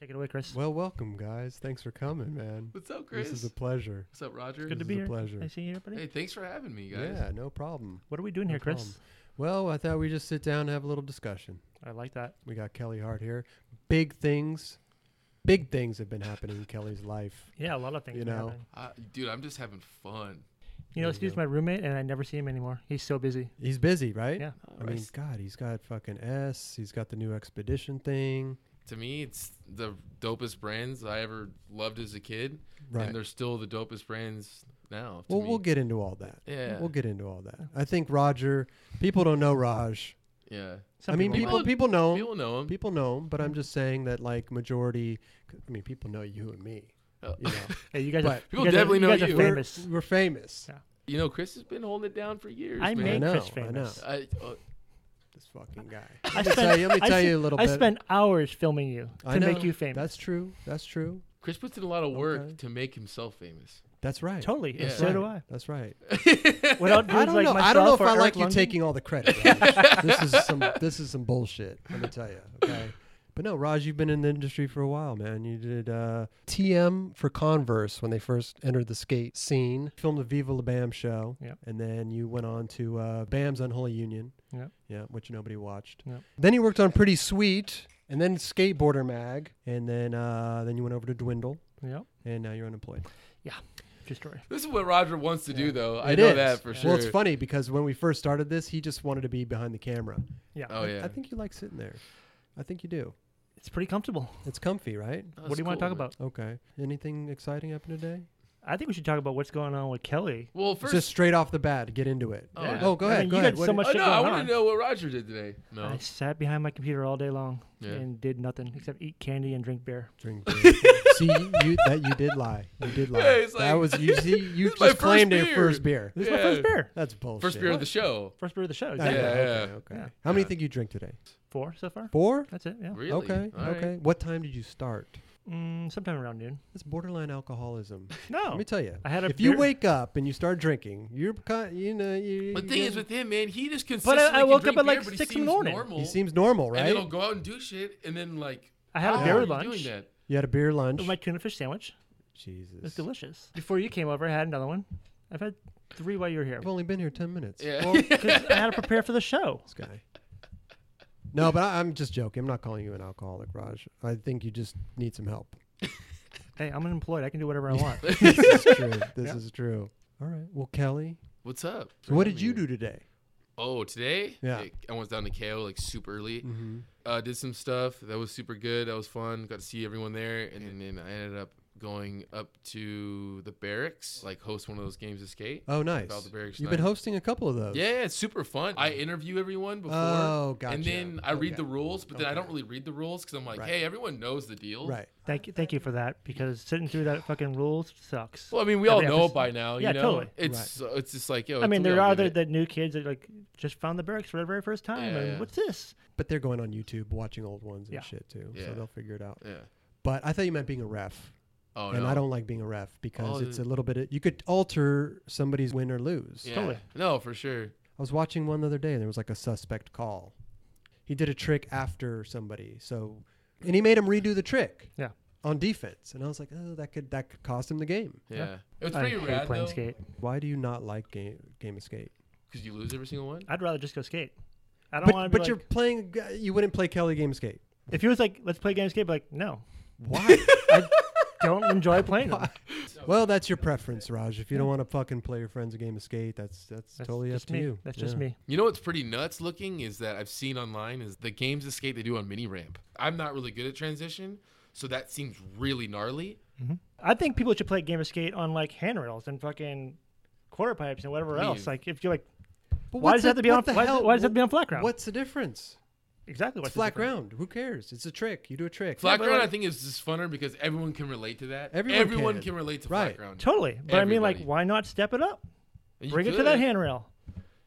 Take it away, Chris. Well, welcome, guys. Thanks for coming, man. What's up, Chris? This is a pleasure. What's up, Roger? Good to is be a here. pleasure. Nice seeing you, buddy. Hey, thanks for having me, guys. Yeah, no problem. What are we doing here, Chris? problem. Well, I thought we'd just sit down and have a little discussion. I like that. We got Kelly Hart here. Big things, big things have been happening in Kelly's life. Yeah, a lot of things. You been know. happening. Uh, dude, I'm just having fun. You know, There it's you just go. my roommate, and I never see him anymore. He's so busy. He's busy, right? Yeah. I mean, God, he's got fucking S. He's got the new expedition thing. to me, it's the dopest brands I ever loved as a kid, Right. and they're still the dopest brands now. To Well, me. we'll get into all that. Yeah. We'll get into all that. I think Roger. People don't know Raj. yeah, Some I mean, people people, people- know him. people know them. People know him, but I'm just saying that like majority. I mean, people know you and me. Oh. You know, Yeah, you guys. are, but- People you guys definitely are, know you. Guys you. are we're, famous. we're famous. Yeah. You know, Chris has been holding it down for years. I man. made know, Chris I know. famous. I, oh, This fucking guy. I Let me tell you, let me tell you a little I bit. spent hours filming you to I know. make you famous. That's true. That's true. Chris puts in a lot of work Okay. to make himself famous. That's right. totally. and Yeah. so do I. Right. That's right. Without dudes I don't like know. I don't know myself if or I like Eric you Lundgren. taking all the credit. Raj. this is some. This is some bullshit. Let me tell you. Okay. But no, Raj, you've been in the industry for a while, man. You did uh, TM for Converse when they first entered the skate scene. Filmed the Viva La Bam show, Yep. and then you went on to uh, Bam's Unholy Union, Yep. yeah, which nobody watched. Yep. Then you worked on Pretty Sweet, and then Skateboarder Mag, and then uh, then you went over to Dwindle, Yep. and now you're unemployed. True story. This is what Roger wants to Yeah. do, though. I It know is. that for sure. Well, it's funny because when we first started this, he just wanted to be behind the camera. Yeah. Oh I- yeah. I think you like sitting there. I think you do. It's pretty comfortable. It's comfy, right? That what was do you want to cool, talk man. about? Okay. Anything exciting happened today? I think we should talk about what's going on with Kelly. Well, It's first, Just straight off the bat, get into it. Oh, Oh, yeah. go I ahead. mean, go you ahead. got What- so much oh, shit no, going I want on. to know what Roger did today. No, I sat behind my computer all day long Yeah. and did nothing except eat candy and drink beer. Drink beer. see you that you did lie. You did lie. Yeah, it's that like, was you. See, you "This is my just first claimed your beer." first beer. This is my Yeah. first beer. That's bullshit. first beer of the show. First beer of the show. Okay, Exactly. Yeah. okay, okay. Yeah. How many Yeah. think you drink today? Four so far. Four. That's it. Yeah. Really? Okay. All right. okay. What time did you start? Mm, sometime around noon. It's borderline alcoholism. Let No. me tell you. I had a if beer. you wake up and you start drinking, you're kind. You know. You, But the you thing get- is with him, man, he just I- I consistently. can woke up drink at, like, beer, but he six in the seems morning. Normal, he seems normal, And right? then he'll go out and do shit, and then like. I had a how beer are you lunch. Oh, Doing that? You had a beer lunch. With my tuna fish sandwich. It was Jesus. delicious. Before you came over, I had another one. I've had three while you were here. I've only been here 10 minutes. Yeah. Well, because I had to prepare for the show. This guy. No, but I, I'm just joking. I'm not calling you an alcoholic, Raj. I think you just need some help. Hey, I'm unemployed. I can do whatever I want. this is true. This Yeah. is true. All right. Well, Kelly, What's up? so what did you do today? Oh, today? Yeah. I went down to KO like super early. Mm-hmm. Uh, did some stuff that was super good. That was fun. Got to see everyone there, and then, then I ended up going up to the barracks, like host one of those games of skate. Oh, nice. All the barracks You've been night. hosting a couple of those. Yeah, yeah, it's super fun. I interview everyone before. Oh, And gotcha. then I read Okay. the rules, but then I Okay. don't really read the rules because I'm like, Right. hey, everyone knows the deal. Right. Thank you, thank you for that. Because sitting through that fucking rules sucks. Well, I mean, we all Every know episode. by now. You Yeah, know? totally. It's uh, it's just like yo. I it's mean, only there on are the, Reddit. the new kids that like just found the barracks for the very first time. Yeah, and yeah. what's this? But they're going on YouTube watching old ones and Yeah. shit too. So Yeah. they'll figure it out. Yeah. But I thought you meant being a ref. Oh and no. I don't like being a ref because Oh, it's a the- little bit, you could alter somebody's win or lose. Yeah. Totally. No, for sure. I was watching one the other day and there was like a suspect call. He did a trick after somebody, so and he made him redo the trick. Yeah. On defense, and I was like, oh, that could that could cost him the game. Yeah. Yeah. It was I pretty hate rad playing though. skate. Why do you not like game game escape? Because you lose every single one. I'd rather just go skate. I don't But, want to. but like, you're playing. You wouldn't play Kelly game escape. If he was like, "Let's play games, skate," I'd be like, no, Why? I don't enjoy playing them. well, that's your preference, Raj. If you don't want to fucking play your friends a game of skate, that's that's, That's totally up just to me. you. That's just Yeah. me. You know what's pretty nuts looking is that I've seen online is the games of skate they do on mini ramp. I'm not really good at transition, so that seems really gnarly. I think people should play Game of Skate on like handrails and fucking quarter pipes and whatever Me. else. Like if you're like, But Why what's does it have the- to be what on- the why does it- hell- why does it have to be on flat ground? What's the difference? exactly It's what's the flat difference? ground. Who cares? It's a trick. You do a trick. Flat but ground, like- I think, is just funner because everyone can relate to that. Everyone can. can. relate to Right. flat ground. Totally, but I mean, like, Everybody. why not step it up? And you Bring it to that could. handrail.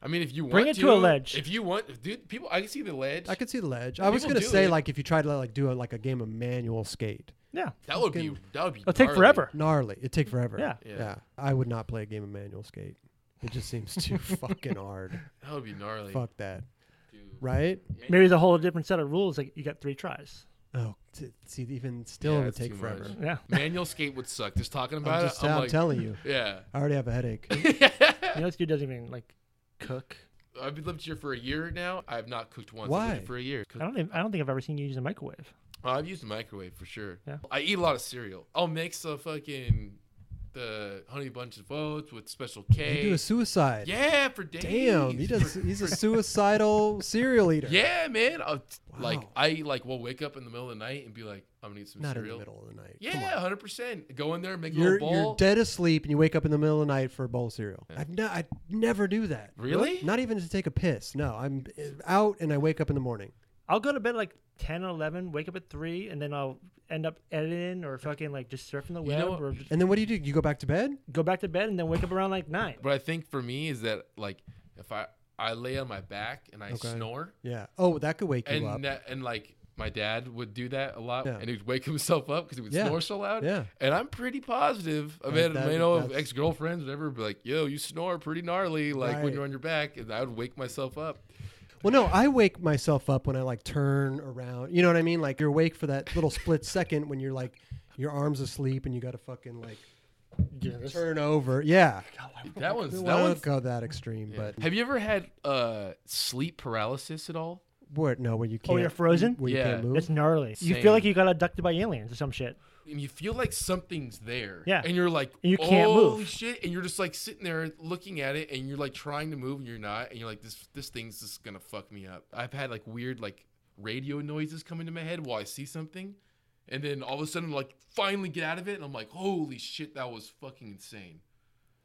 I mean, if you want Bring it to a ledge. If you want, dude, people, I can see the ledge. I could see the ledge. I was People gonna do say it. like if you try to like do a, like a game of manual skate, Yeah, that would be that would be. it'll take gnarly. forever. gnarly. It take forever. Yeah. Yeah. I would not play a game of manual skate. It just seems too fucking hard. That would be gnarly. Fuck that. dude. Right? Maybe there's a whole different set of rules. Like you got three tries. Oh, t- see, even still, Yeah, it would it's take too forever. much. Yeah. Manual skate would suck. Just talking I'm about just it, I'm I'm like, telling you. yeah. I already have a headache. You know, this dude doesn't even like cook. I've lived here for a year now. I have not cooked once. I've Why? lived here for a year. I don't. Even, I don't think I've ever seen you use a microwave. Oh, I've used a microwave for sure. Yeah. I eat a lot of cereal. I'll mix the fucking the honey bunch of oats with special You K. do a suicide. yeah, for days. Damn, he does. For- He's a suicidal serial eater. yeah, man. I'll, Like Wow. I like will wake up in the middle of the night and be like, I'm gonna eat some Not cereal. in the middle of the night. Come on. Yeah, hundred percent. Go in there, make a You're, little you're bowl. dead asleep and you wake up in the middle of the night for a bowl of cereal. I've no, I never do that. Really? Not even to take a piss. No, I'm out and I wake up in the morning. I'll go to bed at, like 10 or 11, wake up at 3, and then I'll end up editing or fucking like just surfing the web know- or just And then what do you do? You go back to bed? go back to bed and then wake up around like 9. But I think for me is that like if I I lay on my back and I Okay. snore Yeah. Oh, that could wake you up. and that, and like my dad would do that a lot Yeah. and he'd wake himself up because he would Yeah. snore so loud. Yeah. And I'm pretty positive. I've Right, had that- you know that's- ex girlfriends whatever be like, yo, you snore pretty gnarly like Right. when you're on your back, and I would wake myself up. Well, no, I wake myself up when I like turn around. You know what I mean? Like you're awake for that little split second when you're like your arms asleep and you got to fucking like turn over. Yeah. That one's Well, that I one's. don't go that extreme, yeah. but Have you ever had uh sleep paralysis at all? what? No, where you can't. Oh, you're frozen? Where Yeah. you can't move. That's gnarly. You Same. feel like you got abducted by aliens or some shit. and you feel like something's there. Yeah. And you're like, And you can't move. "Holy shit. And you're just like sitting there looking at it and you're like trying to move and you're not. And you're like, this this thing's just gonna fuck me up. I've had like weird like radio noises come into my head while I see something. And then all of a sudden like finally get out of it and I'm like, holy shit, that was fucking insane.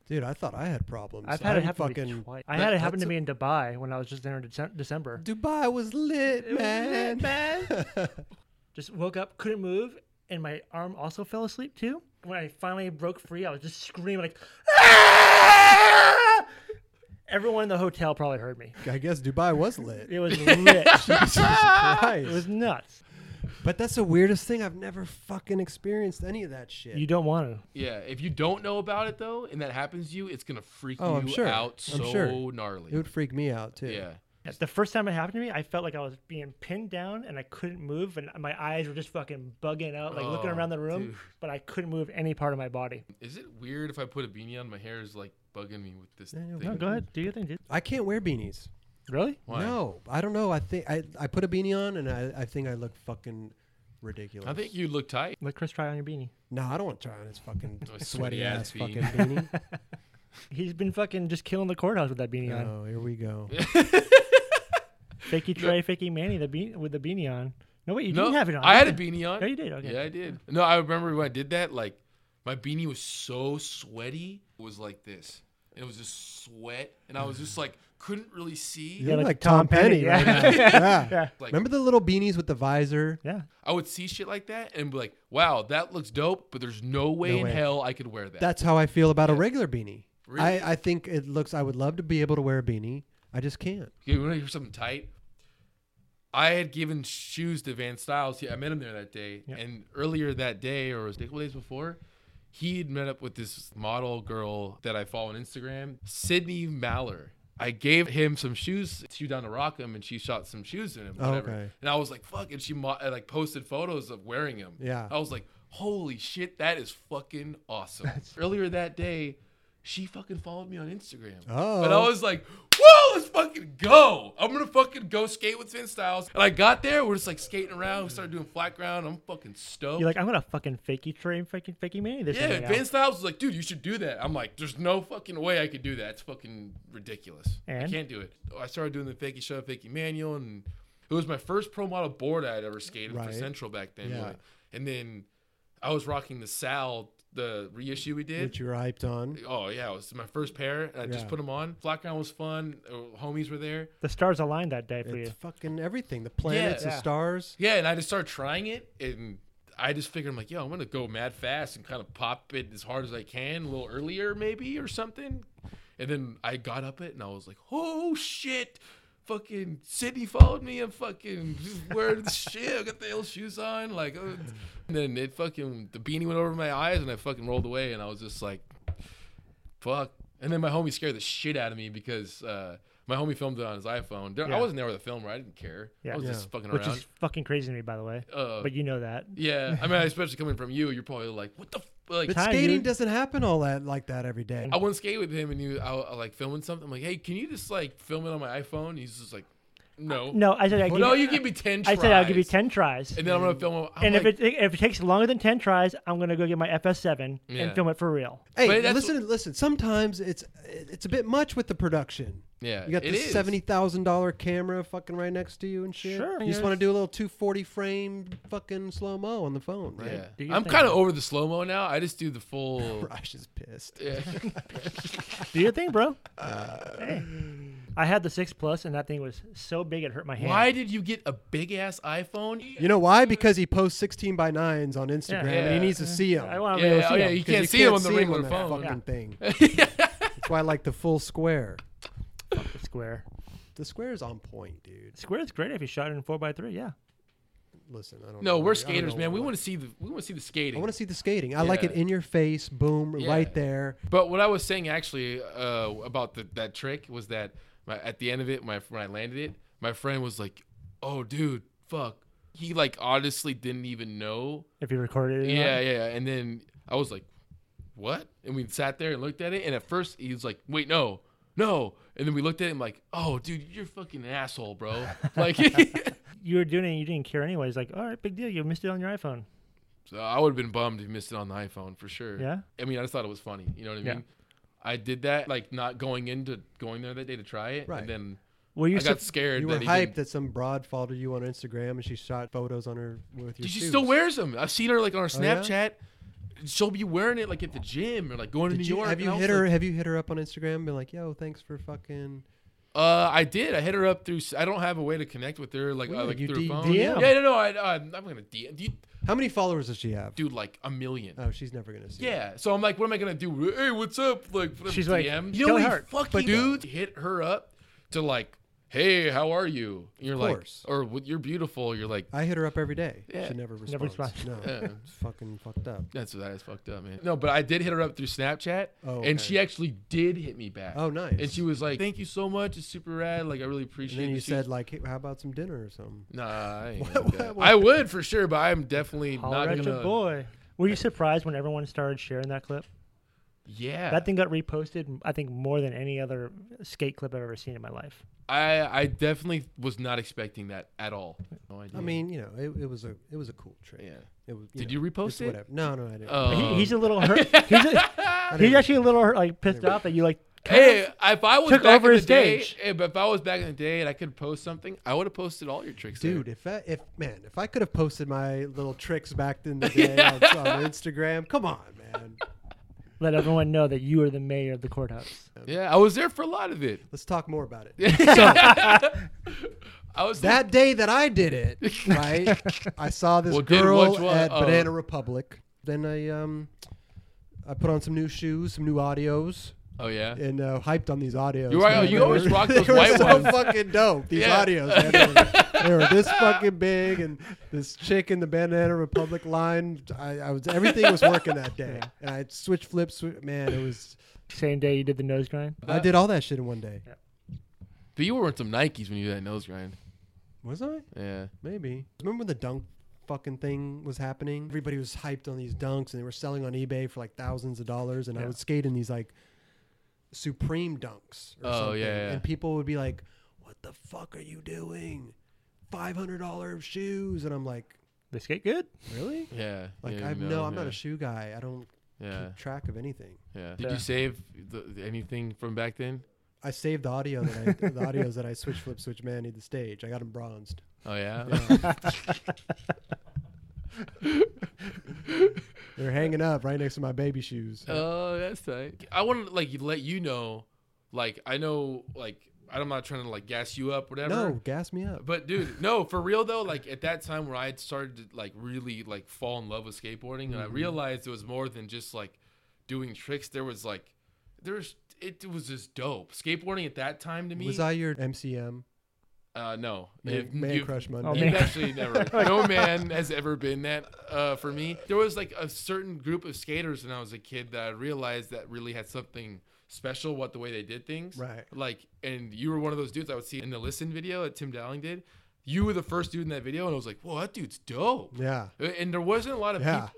Dude, I thought I had problems. I've had I it happen fucking. to me twice. I that- had it happen that's to a- me in Dubai when I was just there in Dece- December. Dubai was lit, man. Just woke up, couldn't move, and my arm also fell asleep too. When I finally broke free, I was just screaming like, "Ah!" Everyone in the hotel probably heard me. I guess Dubai was lit. It was lit. Jesus It Christ. was nuts. But that's the weirdest thing. I've never fucking experienced any of that shit. You don't want to. Yeah. If you don't know about it though, and that happens to you, it's gonna freak Oh, I'm you sure. out I'm so sure. gnarly. it would freak me out too. yeah. Yes, The first time it happened to me, I felt like I was being pinned down and I couldn't move, and my eyes were just fucking bugging out, like looking Oh, around the room, dude. but I couldn't move any part of my body. Is it weird if I put a beanie on? My hair is like bugging me with this Yeah, yeah, thing. No, go ahead, do your thing, dude. I can't wear beanies. Really? Why? No, I don't know. I think I, I put a beanie on and I, I think I look fucking ridiculous. I think you look tight. Let Chris try on your beanie. No, I don't want to try on his fucking Oh, sweaty sweaty ass ass fucking beanie. beanie. He's been fucking just killing the courthouse with that beanie on. oh, here we go. Fakey Trey, fakey Manny, the bean with the beanie on. No, wait, you no, didn't have it on. I had a did you? beanie on. No, you did. Okay. Yeah, I did. No, I remember when I did that. Like, my beanie was so sweaty. It was like this. It was just sweat, and I was just like, couldn't really see. You Yeah, look like like Tom Tom, Penny, Petty, right yeah. now. yeah. Yeah. Like- Remember the little beanies with the visor? Yeah. I would see shit like that and be like, wow, that looks dope, but there's no way No in way. hell I could wear that. That's how I feel about a regular beanie. Really? I, I think it looks. I would love to be able to wear a beanie. I just can't. Okay, you want to hear something tight? I had given shoes to Van Styles. Yeah, I met him there that day, Yeah. and earlier that day, or it was a couple days before, he had met up with this model girl that I follow on Instagram, Sydney Maller. I gave him some shoes. She was down to Rockham, and she shot some shoes in him. Oh, Whatever. okay. And I was like, "Fuck!" And she mo- I, like posted photos of wearing them. Yeah. I was like, "Holy shit, that is fucking awesome!" earlier that day, she fucking followed me on Instagram. Oh. And I was like, whoa, let's fucking go. I'm gonna fucking go skate with Finn Styles. And I got there, we're just like skating around, we started doing flat ground. I'm fucking stoked. You're like, I'm gonna fucking fakey Trey and fucking fakey Manny this. yeah, thing and right now. Finn Styles was like, dude, you should do that. I'm like, there's no fucking way I could do that. It's fucking ridiculous. I And? can't do it. I started doing the fakey show, fakey manual, and it was my first pro model board I had ever skated for Right. Central back then. Yeah. really. And then I was rocking the Sal, the reissue we did. Which you were hyped on. Oh yeah, it was my first pair. And I Yeah. just put them on. Flat ground was fun. uh, Homies were there. The stars aligned that day for It's you. fucking everything. The planets, the Yeah. stars. Yeah, and I just started trying it, and I just figured I'm like, yo, I'm gonna go mad fast and kind of pop it as hard as I can, a little earlier maybe or something. And then I got up it, and I was like, oh shit. Fucking Sydney followed me. I'm fucking just wearing the shit. I got the old shoes on. Like, oh. and then it fucking, the beanie went over my eyes and I fucking rolled away. And I was just like, fuck. And then my homie scared the shit out of me because uh, My homie filmed it on his iPhone. Dude, Yeah. I wasn't there with a filmer. I didn't care. Yeah. I was Yeah. just fucking which around. is fucking crazy to me, by the way. uh, But you know that. yeah, I mean, especially coming from you, you're probably like, what the f-? like. But Hi, skating dude. doesn't happen all that like that every day. I went skate with him, and he was I, I, like filming something. I'm like, hey, can you just like film it on my iPhone? He's just like, no, No, I said I no, you give me ten. I Tries. said I'll give you ten tries. and then I'm gonna film. it. I'm and like, if it if it takes longer than ten tries, I'm gonna go get my FS7 Yeah. and film it for real. Hey, But that's- listen, listen. Sometimes it's it's a bit much with the production. yeah, You got it this is. seventy thousand dollar camera fucking right next to you and shit. Sure. You just want to do a little two forty frame fucking slow mo on the phone, right? Yeah. Do your I'm thing. kind of over the slow mo now. I just do the full. Raj is pissed. Yeah. Do your thing, bro. Hey. I had the six plus, and that thing was so big it hurt my hand. Why did you get a big ass iPhone? You know why? Because he posts sixteen by nines on Instagram and he Yeah. needs to see them. I want to Yeah, be able to oh, see yeah, them. you can't see him on the regular phone. Fucking thing. That's why I like the full square. The square. The square is on point, dude. Square is great if you shot it in four by three. Yeah. Listen, I don't. No, know. I we're don't skaters, know man. We what- want to see the we want to see the skating. I want to see the skating. I like it Yeah. in your face, boom, Yeah. right there. But what I was saying actually uh, about the, that trick was that my, at the end of it, my when I landed it, my friend was like, "Oh, dude, fuck." He like honestly didn't even know. If you recorded it. or Yeah, not. yeah. And then I was like, "What?" And we sat there and looked at it. And at first he was like, "Wait, no, no." And then we looked at him like, "Oh, dude, you're fucking asshole, bro." Like, You were doing it. and You didn't care anyways. Like, all right, big deal. You missed it on your iPhone. so I would have been bummed if you missed it on the iPhone for sure. Yeah. I mean, I just thought it was funny. You know what I mean? Yeah. I did that like not going into going there that day to try it, Right. and then. Were you? I got sup- scared You were that he hyped didn't. that some broad followed you on Instagram and she shot photos on her with your. Dude, she shoes. Oh, still wears them. I've seen her like on her yeah? Snapchat. She'll be wearing it like at the gym or like going to Did New you, York. have and you I was hit her? like- Have you hit her up on Instagram? And been like, yo, thanks for fucking. uh, I did. I hit her up through. s- I don't have a way to connect with her like Weird, uh, like you through D- her phone. DM. Yeah, no, no. I, uh, I'm gonna DM. Do you How many followers does she have? do like a million? Oh, she's never gonna see. it. yeah. So I'm like, what am I gonna do? Hey, what's up? Like, what She's like, DM. go you know, what hard. he fucking But- dude hit her up to like, hey, how are you? And you're like, course. or "What- you're beautiful. You're like, I hit her up every day. Yeah. She never responds. Never responds. No, Yeah. it's fucking fucked up. that's that is fucked up, man. No, but I did hit her up through Snapchat, Oh, and okay. she actually did hit me back. Oh, nice. And she was like, "Thank you so much. It's super rad. Like, I really appreciate." And then it." you She- said like, hey, how about some dinner or something? "Nah, I, ain't What- gonna do what- that. what- I would for sure, but I'm definitely Holler not at your gonna." boy. Were you surprised when everyone started sharing that clip? Yeah, That thing got reposted, I think, more than any other skate clip I've ever seen in my life. I I definitely was not expecting that at all. No idea. I mean, you know, it, it was a it was a cool trick. yeah. It was, Did know, you repost it's it? Whatever. No, no, I didn't. he, Um, he's a little hurt. He's, a, he's actually a little hurt, like pissed off that you like. kind Hey, if I was took back over in the his day, stage. if if I was back in the day and I could post something, I would have posted all your tricks, there. Dude, if I, if man, if I could have posted my little tricks back in the day on, on Instagram, come on, man. of Let everyone know that you are the mayor of the courthouse. Yeah, I was there for a lot of it. Let's talk more about it. I was that day that I did it, right? I saw this Well, did girl which one? at Oh. Banana Republic. Then I um, I put on some new shoes, some new audios, Oh yeah. and uh, hyped on these audios. You are- man. you They always were- rock those they were white so ones. fucking dope. These Yeah. audios, man. They were, they were this fucking big, and this chick in the Banana Republic line. I, I was everything was working that day, and I switch flips. swi- Man, it was. Same day you did the nose grind. I did all that shit in one day. But you were wearing some Nikes when you did that nose grind. Was I? Yeah. Maybe. Remember when the dunk fucking thing was happening? Everybody was hyped on these dunks and they were selling on eBay for like thousands of dollars and I Yeah. would skate in these like supreme dunks or Oh, something. yeah, yeah. And people would be like, What the fuck are you doing? Five hundred dollar shoes and I'm like, They skate good. Really? Yeah. Like yeah, I no, no, I'm not yeah, a shoe guy. I don't Yeah. keep track of anything. Yeah. Did Yeah. you save the, the- anything from back then? I saved the audio that I the audios that I switch flip switch manny the stage. I got them bronzed. Oh yeah. They're hanging up right next to my baby shoes. oh, that's tight. I want to like let you know, like I know, like I'm not trying to like gas you up, whatever. no, gas me up. But dude, no, for real though, like at that time where I had started to like really like fall in love with skateboarding, and I Mm-hmm. realized it was more than just like doing tricks. There was like, there's it was just dope. Skateboarding at that time to me, Was I your MCM? uh, no, Man, If man you- Crush Monday. Oh, You've man. actually never. No man has ever been that uh, for me. There was like a certain group of skaters when I was a kid that I realized that really had something special what the way they did things. Right. Like, and you were one of those dudes I would see in the listen video that Tim Dowling did. You were the first dude in that video, and I was like, "Whoa, that dude's dope." Yeah. And there wasn't a lot of Yeah. people.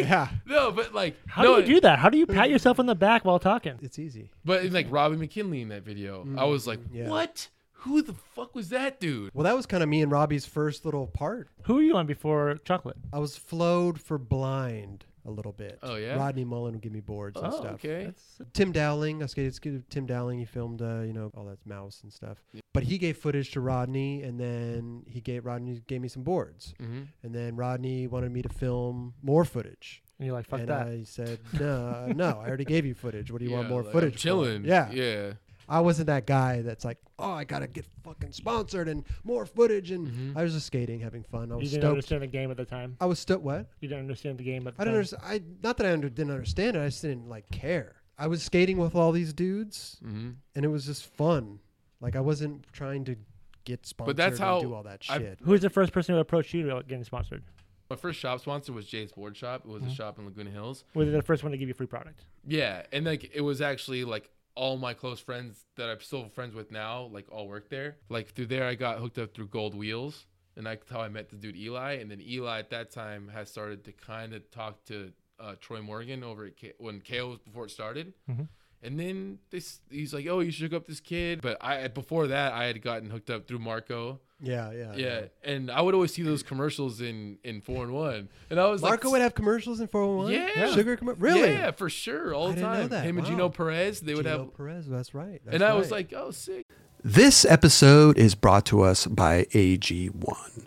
Yeah. No, but like, How no, do you do that? How do you pat yourself on the back while talking? It's easy. But like Robin McKinley in that video, I was like, Mm, yeah. "What? Who the fuck was that dude?" Well, that was kind of me and Robbie's first little part. Who were you on before Chocolate? I was flowed for blind a little bit. Oh, yeah? Rodney Mullen would give me boards and oh, stuff. okay. That's Tim Dowling, I skated, skated Tim Dowling. He filmed, uh, you know, all that mouse and stuff. But he gave footage to Rodney, and then he gave Rodney gave me some boards, hmm and then Rodney wanted me to film more footage. and you're like, fuck and that. I said, no, no, I already gave you footage. What do you want more like, footage? I'm for?" chilling. Yeah. yeah. I wasn't that guy that's like, oh, I gotta get fucking sponsored and more footage, and Mm-hmm. I was just skating, having fun. I you was didn't stoked. understand the game at the time. I was stoked. What? You didn't understand the game at the I don't Oh. time. understand. I not that I under, didn't understand it. I just didn't like care. I was skating with all these dudes, Mm-hmm. and it was just fun. Like I wasn't trying to get sponsored. that's how and do all that I- shit. Who was the first person who approached you about getting sponsored? My first shop sponsor was Jade's Board Shop. It was Mm-hmm. a shop in Laguna Hills. Were they the first one to give you free product? Yeah, and like it was actually like all my close friends that I'm still friends with now, like all work there. Like through there, I got hooked up through Gold Wheels, and that's how I met the dude Eli. And then Eli at that time had started to kind of talk to uh, Troy Morgan over at K- when KO was before it started. Mm-hmm. Mhm. And then this, he's like, "Oh, you should hook up this kid." But I before that, I had gotten hooked up through Marco. Yeah, yeah, Yeah, and I would always see those commercials in in four and one, and I was Marco like, would have commercials in 401. Yeah. sugar commercial. Really? yeah, for sure, I all the didn't know time. that. Him and Wow. Gino Perez, they would Gino have Perez. That's right. that's and I was right. like, oh, sick. This episode is brought to us by AG1.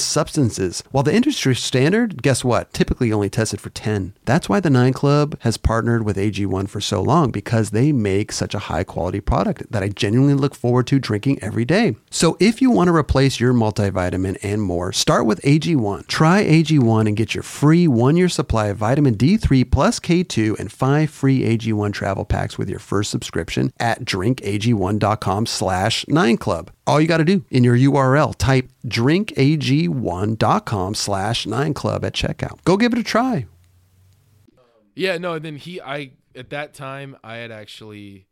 substances. While the industry standard, guess what, typically only tested for 10. That's why the 9 Club has partnered with AG1 for so long because they make such a high quality product that I genuinely look forward to drinking every day. So if you want to replace your multivitamin and more, start with AG1. Try AG1 and get your free one year supply of vitamin D3 plus K2 and five free AG1 travel packs with your first subscription at drinkag1.com slash 9club. All you got to do in your URL, type drinkag1.com slash 9club at checkout. Go give it a try. Yeah, no, and then he, I, at that time, I had actually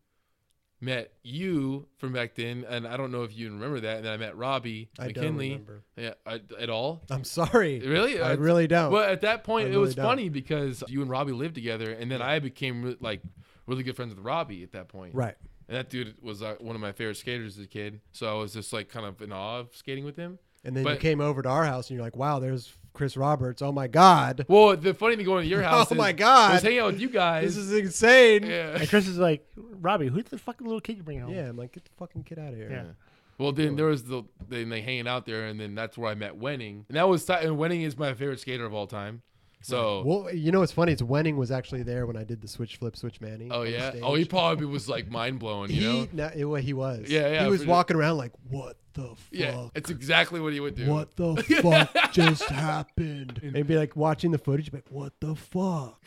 met you from back then, and I don't know if you remember that. And then I met Robbie I don't McKinley. remember. Yeah, I, at all. I'm sorry. Really? I really don't. Well, at that point, I it was really don't. funny because you and Robbie lived together, and then I became re- like really good friends with Robbie at that point. Right. And that dude was uh, one of my favorite skaters as a kid, so I was just like kind of in awe of skating with him. And then you But- came over to our house, and you're like, wow, there's Chris Roberts. Oh my god, Well, the funny thing going to your house. Oh is my God. I was hanging out with you guys. this is insane. yeah. And Chris is like, Robbie, who's the fucking little kid you bringing home? Yeah, I'm like, get the fucking kid out of here. Yeah. Well, then there was the then they hanging out there, and then that's where I met Wenning, and that was ti- and Wenning is my favorite skater of all time. So, Well, you know what's funny? It's Wenning was actually there when I did the switch flip, switch Manny. oh on yeah, stage. oh he probably was like mind blowing, you know? He, no, it, well, he was. Yeah, yeah, He was for sure. walking around like, what the fuck? Yeah, it's exactly what he would do. What the fuck just happened? And be like watching the footage, like, what the fuck?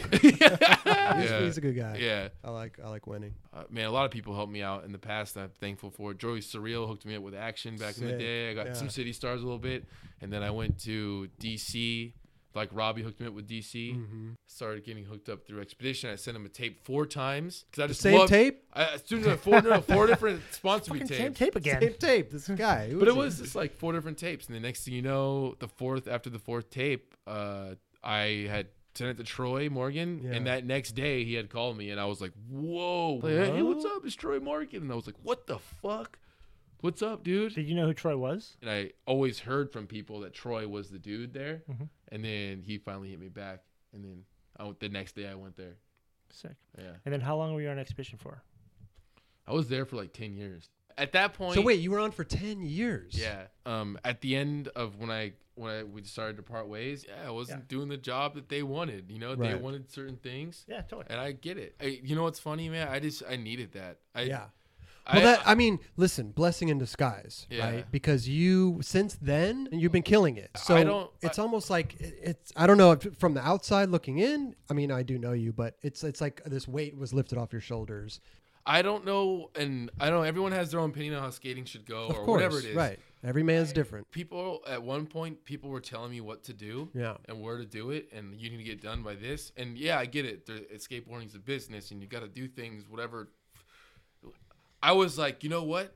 he's, Yeah. he's a good guy. Yeah, I like I like winning. uh, man, a lot of people helped me out in the past, and I'm thankful for it. Joey Surreal hooked me up with action back in the Sick. day. I got Yeah. some city stars a little bit, and then I went to DC. Like Robbie hooked me up with DC. Mm-hmm. Started getting hooked up through Expedition. I sent him a tape four times because I just same loved- tape? I, as soon as I four, no, four different sponsor me Fucking tapes. same tape again. Tape tape, this guy. who But it was just like four different tapes, and the next thing you know, the fourth after the fourth tape, uh, I had sent it to Troy Morgan, Yeah. and that next day he had called me, and I was like, "Whoa, Like, hey, hey, what's up? It's Troy Morgan," and I was like, "What the fuck? What's up, dude?" Did you know who Troy was? And I always heard from people that Troy was the dude there, and then he finally hit me back, and then I, went- the next day I went there. Sick. Yeah, And then how long were you on exhibition for? I was there for like ten years. At that point, So wait, you were on for ten years. Yeah. Um. At the end of when I when I we started to part ways, yeah, I wasn't doing the job that they wanted. You know, they Right. wanted certain things. Yeah, totally. And I get it. I, you know what's funny, man? I just I needed that. I, Yeah. I, Well, that I mean, listen, blessing in disguise, Yeah. right? Because you since then you've been killing it. So I don't- it's almost like it- it's I don't know if from the outside looking in. I mean, I do know you, but it's it's like this weight was lifted off your shoulders. I don't know, and I don't. know, Everyone has their own opinion on how skating should go Of or course, whatever it is. right? Every man's different. People at one point, people were telling me what to do Yeah. and where to do it, and you need to get done by this. And yeah, I get it. There, skateboarding's a business, and you got to do things, whatever. I was like, you know what?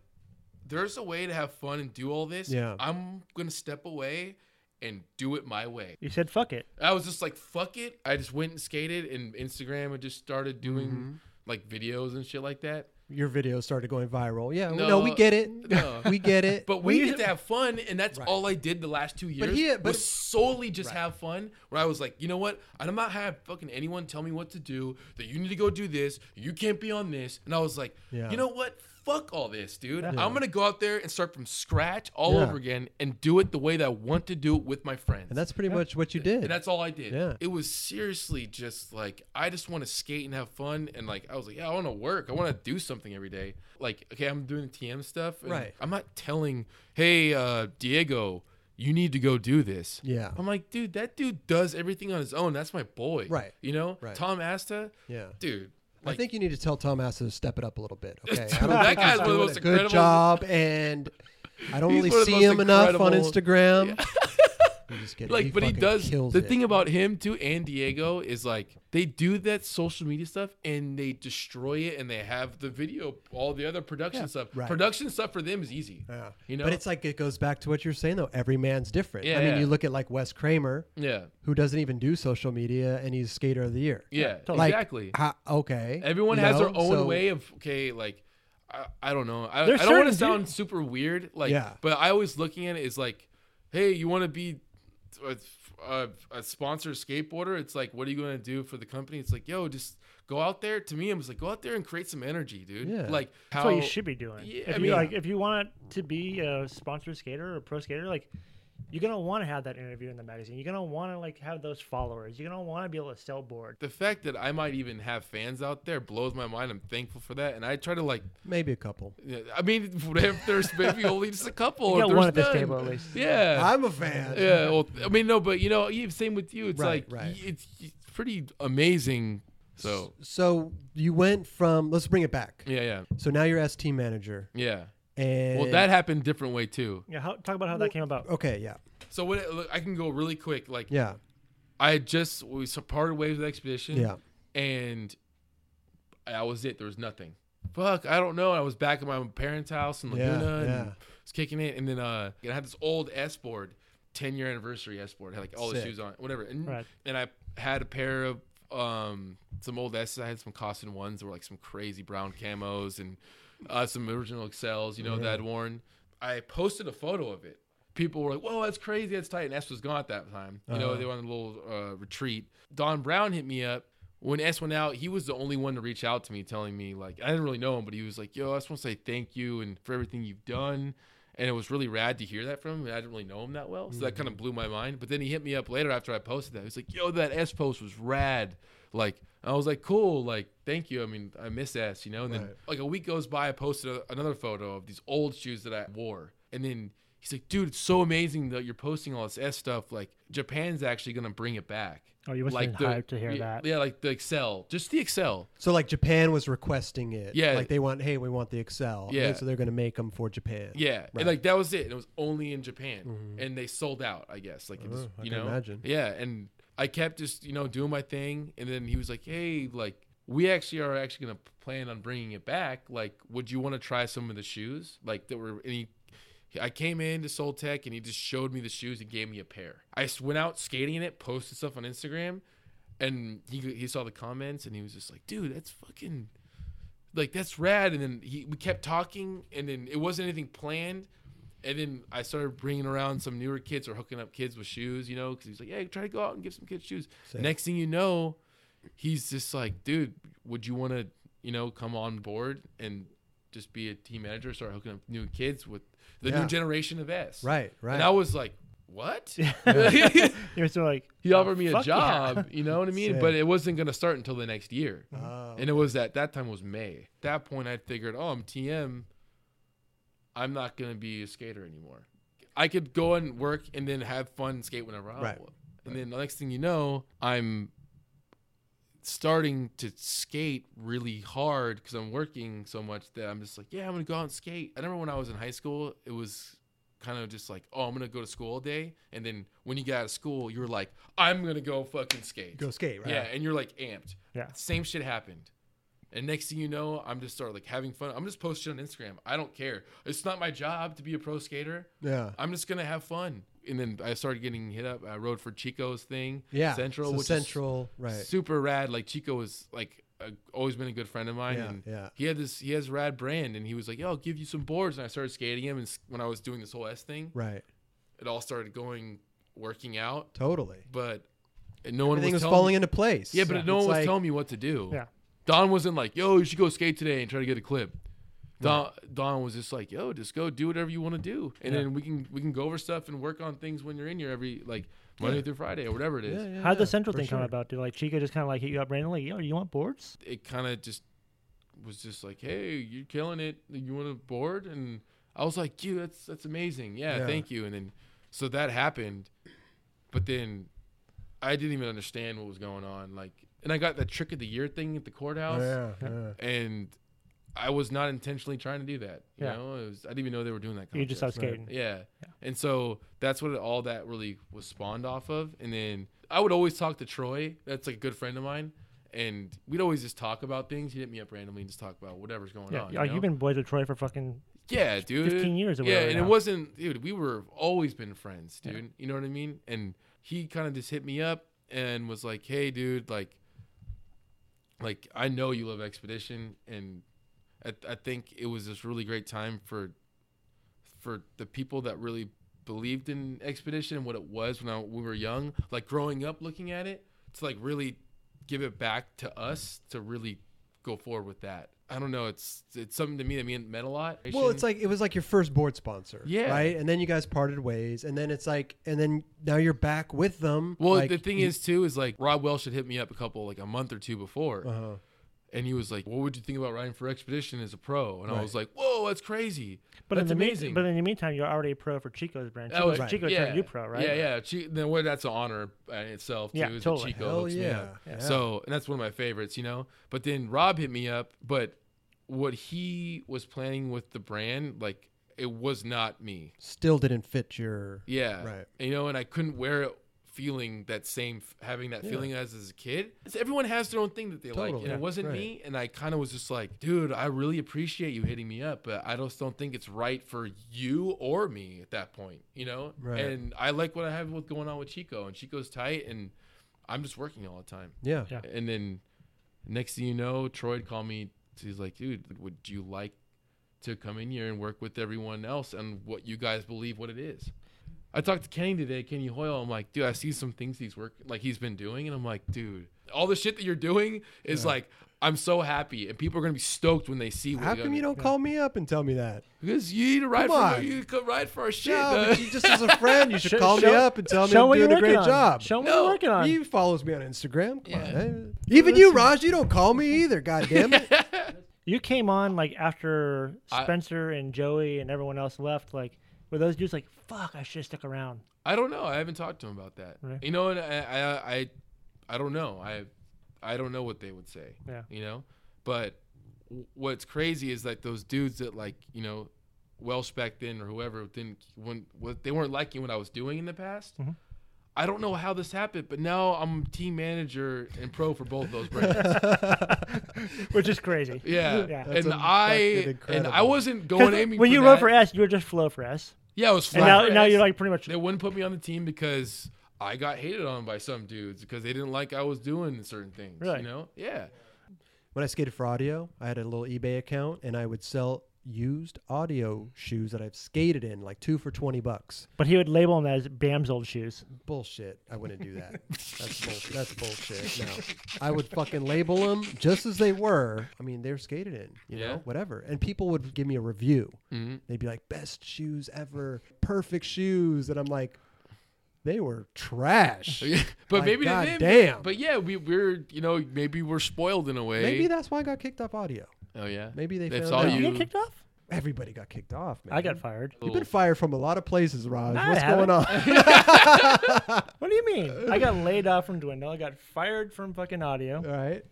There's a way to have fun and do all this. Yeah. I'm gonna step away and do it my way. You said fuck it. I was just like, fuck it. I just went and skated and Instagram and just started doing Mm-hmm. like videos and shit like that. Your video started going viral. Yeah, no, No, we get it. no. we get it. But we get to have fun, and that's all I did the last two years. here- but- was solely just have fun. Where I was like, you know what? I'm not have fucking anyone tell me what to do. That you need to go do this. You can't be on this. And I was like, Yeah. you know what? Fuck all this, dude. I'm gonna go out there and start from scratch all Yeah. over again and do it the way that I want to do it with my friends. and that's pretty much what you did. And that's all I did. Yeah. It was seriously just like I just want to skate and have fun and like I was like, yeah, I want to work. I want to do something every day. Like, okay, I'm doing the TM stuff. and Right. I'm not telling, hey, uh, Diego, you need to go do this. Yeah. I'm like, dude, that dude does everything on his own. That's my boy. Right. You know, Right. Tom Asta. Yeah. Dude. I think you need to tell Tom Asa to step it up a little bit. Okay, I That think guy's he's one of the doing most a good incredible- job, and I don't He's really one of see the most him enough on incredible- Instagram. I'm just kidding. like, but he fucking does. kills The it. thing about him too, and Diego is like they do that social media stuff and they destroy it, and they have the video, all the other production stuff. right. Production stuff for them is easy. Yeah. You know, but it's like it goes back to what you're saying though. Every man's different. Yeah, I mean, yeah. you look at like Wes Kramer, yeah, who doesn't even do social media, and he's skater of the year. yeah, totally. exactly. Ha- okay. Everyone you has their know? own So- way of okay, like I, I don't know. I, I There's don't want certain to sound super weird, like, Yeah. but I always looking at it is like, hey, you want to be a, a, a sponsored skateboarder? It's like, what are you going to do for the company? It's like, yo, just go out there. To me, I'm just like, go out there and create some energy, dude. Yeah. Like how That's what you should be doing. Yeah, if I you mean- like, if you want to be a sponsored skater or pro skater, like you're gonna want to have that interview in the magazine. You're gonna want to like have those followers. You're gonna want to be able to sell board. The fact that I might even have fans out there blows my mind. I'm thankful for that, and I try to like. Maybe a couple. I mean, if there's maybe only just a couple, You if got there's one at this none. table at least. Yeah, I'm a fan. Yeah, well, I mean, no, but you know, you- same with you. It's Right, like right. y- It's, it's pretty amazing. So So you went from let's bring it back. yeah, yeah, So now you're ST manager, yeah. and Well, that happened different way too. Yeah, how, talk about how that came about. okay, yeah, So what? it- look, I can go really quick. Like yeah, I had just we so- parted ways with Expedition. yeah. and that was it. There was nothing. Fuck, I don't know. I was back at my parents' house in Yeah, Laguna and yeah. was kicking it. And then uh, and I had this old S board, 10 year anniversary S board. Had like all the Sick. shoes on, whatever. And, Right. and I had a pair of um, some old S's. I had some Costin ones that were like some crazy brown camos and uh, some original Excels, you know, that I'd worn. I posted a photo of it. People were like, "Whoa, that's crazy! That's tight." And S was gone at that time. You Uh-huh. know, they were on a little uh, retreat. Don Brown hit me up when S went out. He was the only one to reach out to me, telling me like I didn't really know him, but he was like, "Yo, I just want to say thank you and for everything you've done." And it was really rad to hear that from him. and I didn't really know him that well, so that Mm-hmm. kind of blew my mind. But then he hit me up later after I posted that. He was like, "Yo, that S post was rad." Like I was like, "Cool, like thank you." I mean, I miss S, you know. And then Right. like a week goes by, I posted a, another photo of these old shoes that I wore, and then he's like, "Dude, it's so amazing that you're posting all this S stuff. Like Japan's actually gonna bring it back." Oh, you must have like been hyped to hear yeah, that. Yeah, like the Excel, just the Excel. So like Japan was requesting it. Yeah. Like they want, hey, we want the Excel. Yeah. And so they're going to make them for Japan. Yeah, Right. Mm-hmm. and like that was it. And it was only in Japan, and they sold out. I guess like it was, Oh, I you can know, imagine. yeah. And I kept just you know doing my thing, and then he was like, "Hey, like we actually are actually gonna plan on bringing it back. Like, would you want to try some of the shoes? Like that were and he I came in to Soul Tech and he just showed me the shoes and gave me a pair. I s- went out skating in it, posted stuff on Instagram, and he he saw the comments and he was just like, "Dude, that's fucking like that's rad." And then he we kept talking, and then it wasn't anything planned. And then I started bringing around some newer kids or hooking up kids with shoes, you know, because he's like, "Hey, try to go out and give some kids shoes." Next thing you know, he's just like, "Dude, would you want to, you know, come on board and just be a team manager, start hooking up new kids with the Yeah. new generation of S. Right, right. And I was like, what? You're still like he offered me a fuck yeah. job, you know what I mean? Sick. But it wasn't gonna start until the next year. Oh. and it was at that time was May. At that point I figured, oh I'm TM, I'm not gonna be a skater anymore. I could go and work and then have fun and skate whenever I Right. want. And then the next thing you know, I'm starting to skate really hard because I'm working so much that I'm just like, yeah, I'm gonna go out and skate. I remember when I was in high school, it was kind of just like, oh, I'm gonna go to school all day, and then when you got out of school, you were like, I'm gonna go fucking skate. Go skate, right? Yeah, and you're like amped. Yeah. Same shit happened. And next thing you know, I'm just start like having fun. I'm just posting on Instagram. I don't care. It's not my job to be a pro skater. Yeah. I'm just gonna have fun. And then I started getting hit up. I rode for Chico's thing. Yeah. Central, so which is Central, right. super rad. Like Chico was like a, always been a good friend of mine. Yeah, and yeah. He had this. He has rad brand, and he was like, "Yo, I'll give you some boards." And I started skating him. And s- when I was doing this whole S thing, Right. it all started going, working out. Totally. But and no one Everything was, was, telling falling me, into place. Yeah, but no It's one was like, telling me what to do. Yeah. Don wasn't like, "Yo, you should go skate today and try to get a clip." Don, Don was just like, "Yo, just go do whatever you want to do, and Yeah. then we can we can go over stuff and work on things when you're in here every like Monday through Friday or whatever it is." Yeah, yeah, How'd yeah, the central for thing come sure. about? Did like Chico just kind of like hit you up randomly? Yo, you want boards? it kind of just was just like, "Hey, you're killing it. You want a board?" And I was like, "Dude, that's that's amazing. Yeah, Yeah. thank you." And then so that happened, but then I didn't even understand what was going on. Like, and I got that trick of the year thing at the courthouse, Yeah, yeah. and I was not intentionally trying to do that. You Yeah. know, it was, I didn't even know they were doing that. You just contest. out skating. Yeah. And so that's what it, all that really was spawned off of. And then I would always talk to Troy. That's like a good friend of mine. And we'd always just talk about things. He'd hit me up randomly and just talk about whatever's going Yeah, on. like, you know? you've been boys with Troy for fucking yeah, dude. 15 years or Yeah, whatever and now. it wasn't, dude, we were always been friends, dude. You know what I mean? And he kind of just hit me up and was like, hey, dude, like, like I know you love Expedition, and I, I think it was this really great time for for the people that really believed in Expedition and what it was when, I, we were young, like growing up looking at it, to like really give it back to us to really go forward with that. I don't know. It's it's something to me that mean- meant a lot. Well, it's like it was like your first board sponsor, Yeah. right? And then you guys parted ways, and then it's like, and then now you're back with them. Well, like, the thing is too is like Rob Welsh had hit me up a couple like a month or two before, uh-huh. and he was like, "What would you think about riding for Expedition as a pro?" And Right. I was like, "Whoa, that's crazy! But in that's the mean- amazing." but in the meantime, you're already a pro for Chico's brand. That was- Chico, Chico turned you pro, right? Yeah, yeah. Chi- then well, that's an honor in itself too. Yeah, is totally. That Chico Hell hooks me yeah, up. yeah. So, and that's one of my favorites, you know. But then Rob hit me up, but what he was planning with the brand, like it was not me. still didn't fit your Yeah. Right. You know, and I couldn't wear it feeling that same having that feeling as as a kid. It's- everyone has their own thing that they like. Totally. And Yeah. it wasn't me and I kind of was just like, dude, I really appreciate you hitting me up, but I just don't think it's right for you or me at that point, you know? Right. And I like what I have with going on with Chico and Chico's tight and I'm just working all the time. yeah, Yeah. And then next thing you know, Troy'd call me. He's like, dude, would you like to come in here and work with everyone else and what you guys believe what it is? I talked to Kenny today, Kenny Hoyle. I'm like, dude, I see some things he's work like he's been doing, and I'm like, dude, all the shit that you're doing is like, I'm so happy, and people are gonna be stoked when they see. What How you're come you gonna- don't call me up and tell me that? Because you need to ride Come for on. you could ride for our shit. Yeah, duh. but you, just as a friend, you should Show- call show- me up and tell me show I'm what you're doing a great working on. job. Show what No, you're working on. He follows me on Instagram. Come on, Yeah. man. even you, Raj. You don't call me either. God damn it. You came on like after I- Spencer and Joey and everyone else left. Like, were those dudes like, "Fuck, I should have stuck around"? I don't know. I haven't talked to him about that. Right. You know, and I, I, I, I don't know. I, I don't know what they would say. Yeah. You know, but w- what's crazy is like those dudes that like you know, Welsh back then or whoever didn't when what they weren't liking what I was doing in the past. Mm-hmm. I don't know how this happened, but now I'm team manager and pro for both those brands. Which is crazy. yeah. Yeah. That's and a- fucking I and I incredible. wasn't 'Cause going aiming when for you that. wrote for S, you were just flow for S, yeah, I was and now flat for now ass. you're like pretty much. They wouldn't put me on the team because I got hated on by some dudes because they didn't like I was doing certain things. Really? You know? Yeah. when I skated for audio, I had a little eBay account and I would sell used audio shoes that I've skated in, like two for 20 bucks. But he would label them as Bam's old shoes. Bullshit. I wouldn't do that. That's, bull- that's bullshit. No. I would fucking label them just as they were. I mean, they're skated in, you Yeah. know, whatever. And people would give me a review. They'd be like, best shoes ever, perfect shoes. And I'm like, they were trash. but Like, maybe to God them- damn. But yeah, we, we're you know maybe we're spoiled in a way. Maybe that's why I got kicked off audio. oh yeah. maybe they That's found all Did out. you you. get kicked off? Everybody got kicked off, man. I got fired. You've been fired from a lot of places, Raj. I What's haven't. going on? What do you mean? I got laid off from Dwindle. I got fired from fucking audio. All right.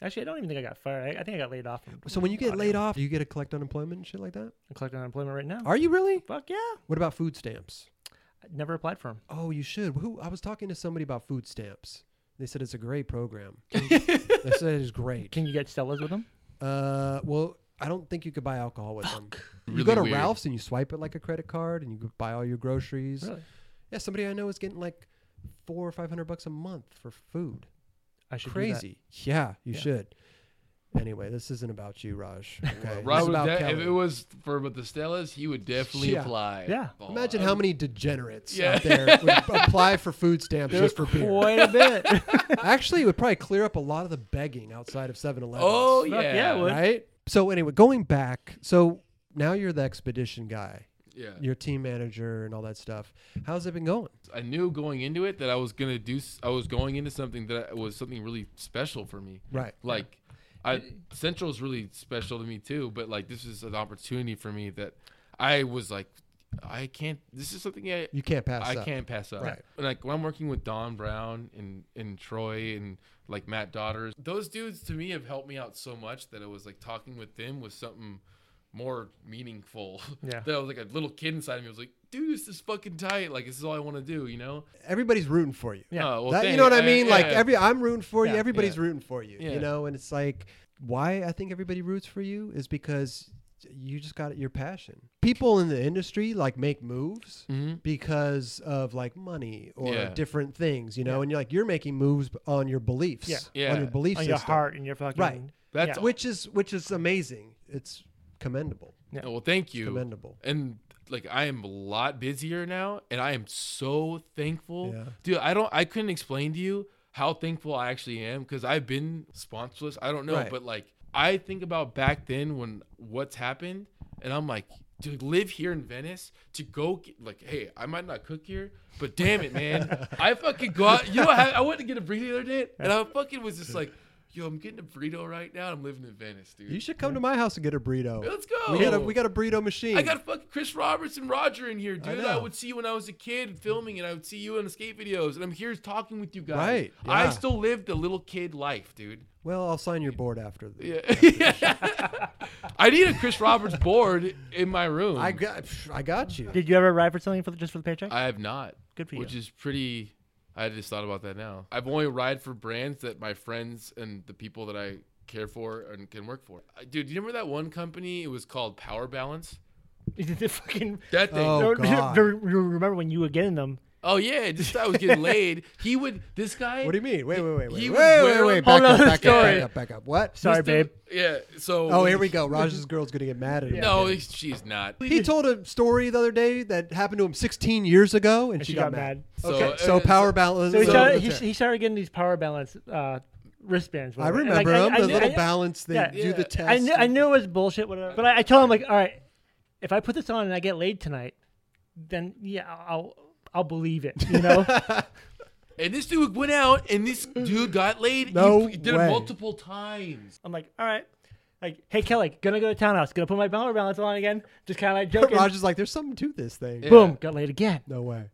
Actually, I don't even think I got fired. I, I think I got laid off. From So when you get laid off, do you get to collect unemployment and shit like that? I'm collecting unemployment right now. Are you really? Fuck yeah. What about food stamps? I never applied for them. Oh, you should. Who? I was talking to somebody about food stamps. They said it's a great program. they said it's great. Can you get Stella's with them? Uh, well, I don't think you could buy alcohol with them. You Really go to weird. Ralph's and you swipe it like a credit card, and you could buy all your groceries. Really? Yeah, somebody I know is getting like four or five hundred bucks a month for food. I should do that. Crazy. Yeah, you Yeah. should. Anyway, this isn't about you, Raj. Okay, Rob This is would about de- if Kelly. it was for the Stellas, he would definitely Yeah. apply. Yeah. Oh, Imagine I how would- many degenerates Yeah. out there would apply for food stamps just for beer. Quite a bit. Actually, it would probably clear up a lot of the begging outside of 7 Eleven. Oh Fuck yeah. yeah, it would. right? So, anyway, going back, so now you're the expedition guy, Yeah. your team manager, and all that stuff. How's it been going? I knew going into it that I was gonna do. s- I was going into something that was something really special for me. Right. Like, I Central is really special to me too. But like, this is an opportunity for me that I was like, I can't. This is something I You can't pass I up. can't pass up. Right. And, Like when I'm working with Don Brown and and Troy and like Matt Daughters, those dudes to me have helped me out so much that it was like talking with them was something more meaningful. Yeah. that I was like a little kid inside of me was like, dude, this is fucking tight. Like this is all I want to do. You know. Everybody's rooting for you. Yeah. Oh, well, That- you thank- know what I uh, mean? Like yeah. every I'm rooting for you. Yeah. Everybody's Yeah. rooting for you. Yeah. You know, and it's like why I think everybody roots for you is because you just got your passion. People in the industry like make moves Mm-hmm. because of like money or Yeah. different things, you know. And you're like you're making moves on your beliefs, Yeah. Yeah. on your belief On system, your heart and your fucking. Right. That's Yeah. which is which is amazing. It's commendable, Yeah. Oh, well, thank you. commendable. And like I am a lot busier now, and I am so thankful, Yeah. dude. I don't, I couldn't explain to you how thankful I actually am because I've been sponsorless. I don't know, Right. but like I think about back then when what's happened, and I'm like. To live here in Venice, to go get, like, hey, I might not cook here, but damn it, man, I fucking go out. You know, I, I went to get a burrito the other day, and I fucking was just like, yo, I'm getting a burrito right now. I'm living in Venice, dude. You should come to my house and get a burrito. Let's go. We got a we got a burrito machine. I got fucking Chris Roberts and Roger in here, dude. I, know. would see you when I was a kid filming, and I would see you in skate videos, and I'm here talking with you guys. Right, I yeah. still live the little kid life, dude. well, I'll sign your board after. The, Yeah. I need a Chris Roberts board in my room. I got I got you. Did you ever ride for something for the, just for the paycheck? I have not. Good for you. Which is pretty. I just thought about that now. I've only ride for brands that my friends and the people that I care for and can work for. I- Dude, you remember that one company? It was called Power Balance. the fucking. That thing. Oh, God. you remember when you were getting them? Oh yeah, just I was getting laid. He would this guy. What do you mean? Wait, wait, wait, wait, he wait, was wait, wearing- wait! Whole Back up, nother back up, story. back up, back up. What? Sorry, the- babe. Yeah. So. Oh, here we go. Raj's girl's gonna get mad at him. No, she's not. He told a story the other day that happened to him 16 years ago, and, And she got mad. So, Okay, uh, so power balance. So he so started, that's he, it. he started getting these power balance uh, wristbands. I whatever. And, like, remember him. the knew- little I- balance. They yeah. do Yeah. the test. I knew, I knew it was bullshit, whatever. But I, I told him like, all right, if I put this on and I get laid tonight, then yeah, I'll I'll believe it. You know, And this dude went out, and this dude got laid. No he, he did way. it multiple times. I'm like, all right, like, hey Kelly, gonna go to townhouse, gonna put my power balance on again, just kind of like joking. Raj is like, "There's something to this thing." Boom, got laid again. No way.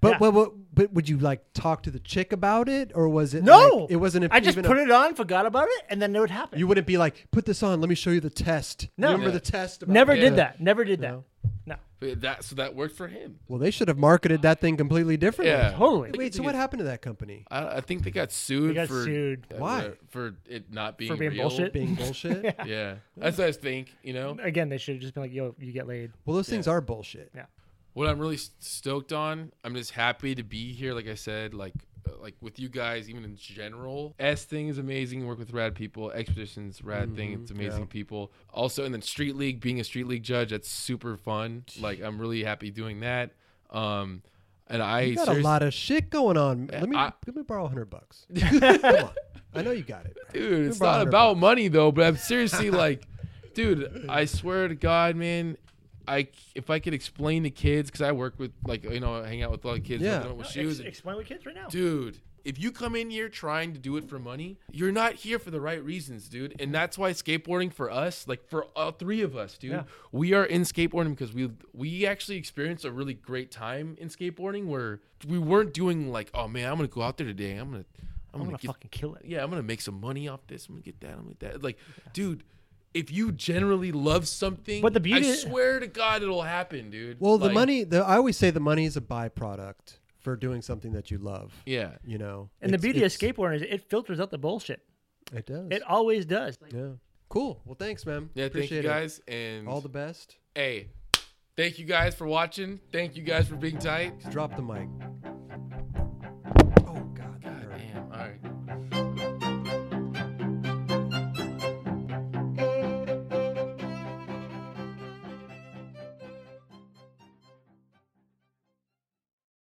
But, Yeah. but but but would you like talk to the chick about it, or was it? No, like, it wasn't. I just even put a, it on, forgot about it, and then it would happen. You wouldn't be like, "Put this on. Let me show you the test." No. remember Yeah. the test. About never the- did that. Never did that. No. No, But that so that worked for him. Well, they should have marketed that thing completely differently. Yeah. totally. Wait, so what happened to that company? I, I think they got sued. They got for, sued. uh, Why? For it not being For being real. bullshit. Being bullshit. Yeah, that's what I think. You know Again, they should have just been like, yo, you get laid. Well, those things are bullshit. Yeah. what I'm really s- stoked on. I'm just happy to be here. Like I said, like uh, like with you guys, even in general. S thing is amazing. Work with rad people. Expeditions rad thing. Mm-hmm. It's amazing people. Also, and then Street League, being a Street League judge, that's super fun. Like I'm really happy doing that. Um, and I You got a seriously- lot of shit going on. Let me I- let me borrow hundred bucks. Come on, I know you got it, bro. dude. It's brought not her about money though, but I'm seriously like, dude. I swear to God, man. I if I could explain to kids because I work with like you know I hang out with a lot of kids. Yeah. I don't know what Ex- she was in. explain with kids right now. dude. If you come in here trying to do it for money, you're not here for the right reasons, dude. And that's why skateboarding for us, like for all three of us, dude, Yeah. we are in skateboarding because we we actually experienced a really great time in skateboarding where we weren't doing like, oh man, I'm gonna go out there today, I'm gonna, I'm, I'm gonna, gonna get fucking kill it. yeah, I'm gonna make some money off this. I'm gonna get that. I'm gonna get that. Like, dude, if you generally love something, But the beauty- I swear to God, it'll happen, dude. Well, the Like, money. The, I always say the money is a byproduct for doing something that you love. Yeah, You know, And the It's- beauty of it's- skateboarding is it filters out the bullshit. It does. It always does. Like, yeah. Cool. Well, thanks, man. yeah. Thank you Appreciate it. guys, and All the best. hey, thank you guys for watching. Thank you guys for being tight. Drop the mic. Oh,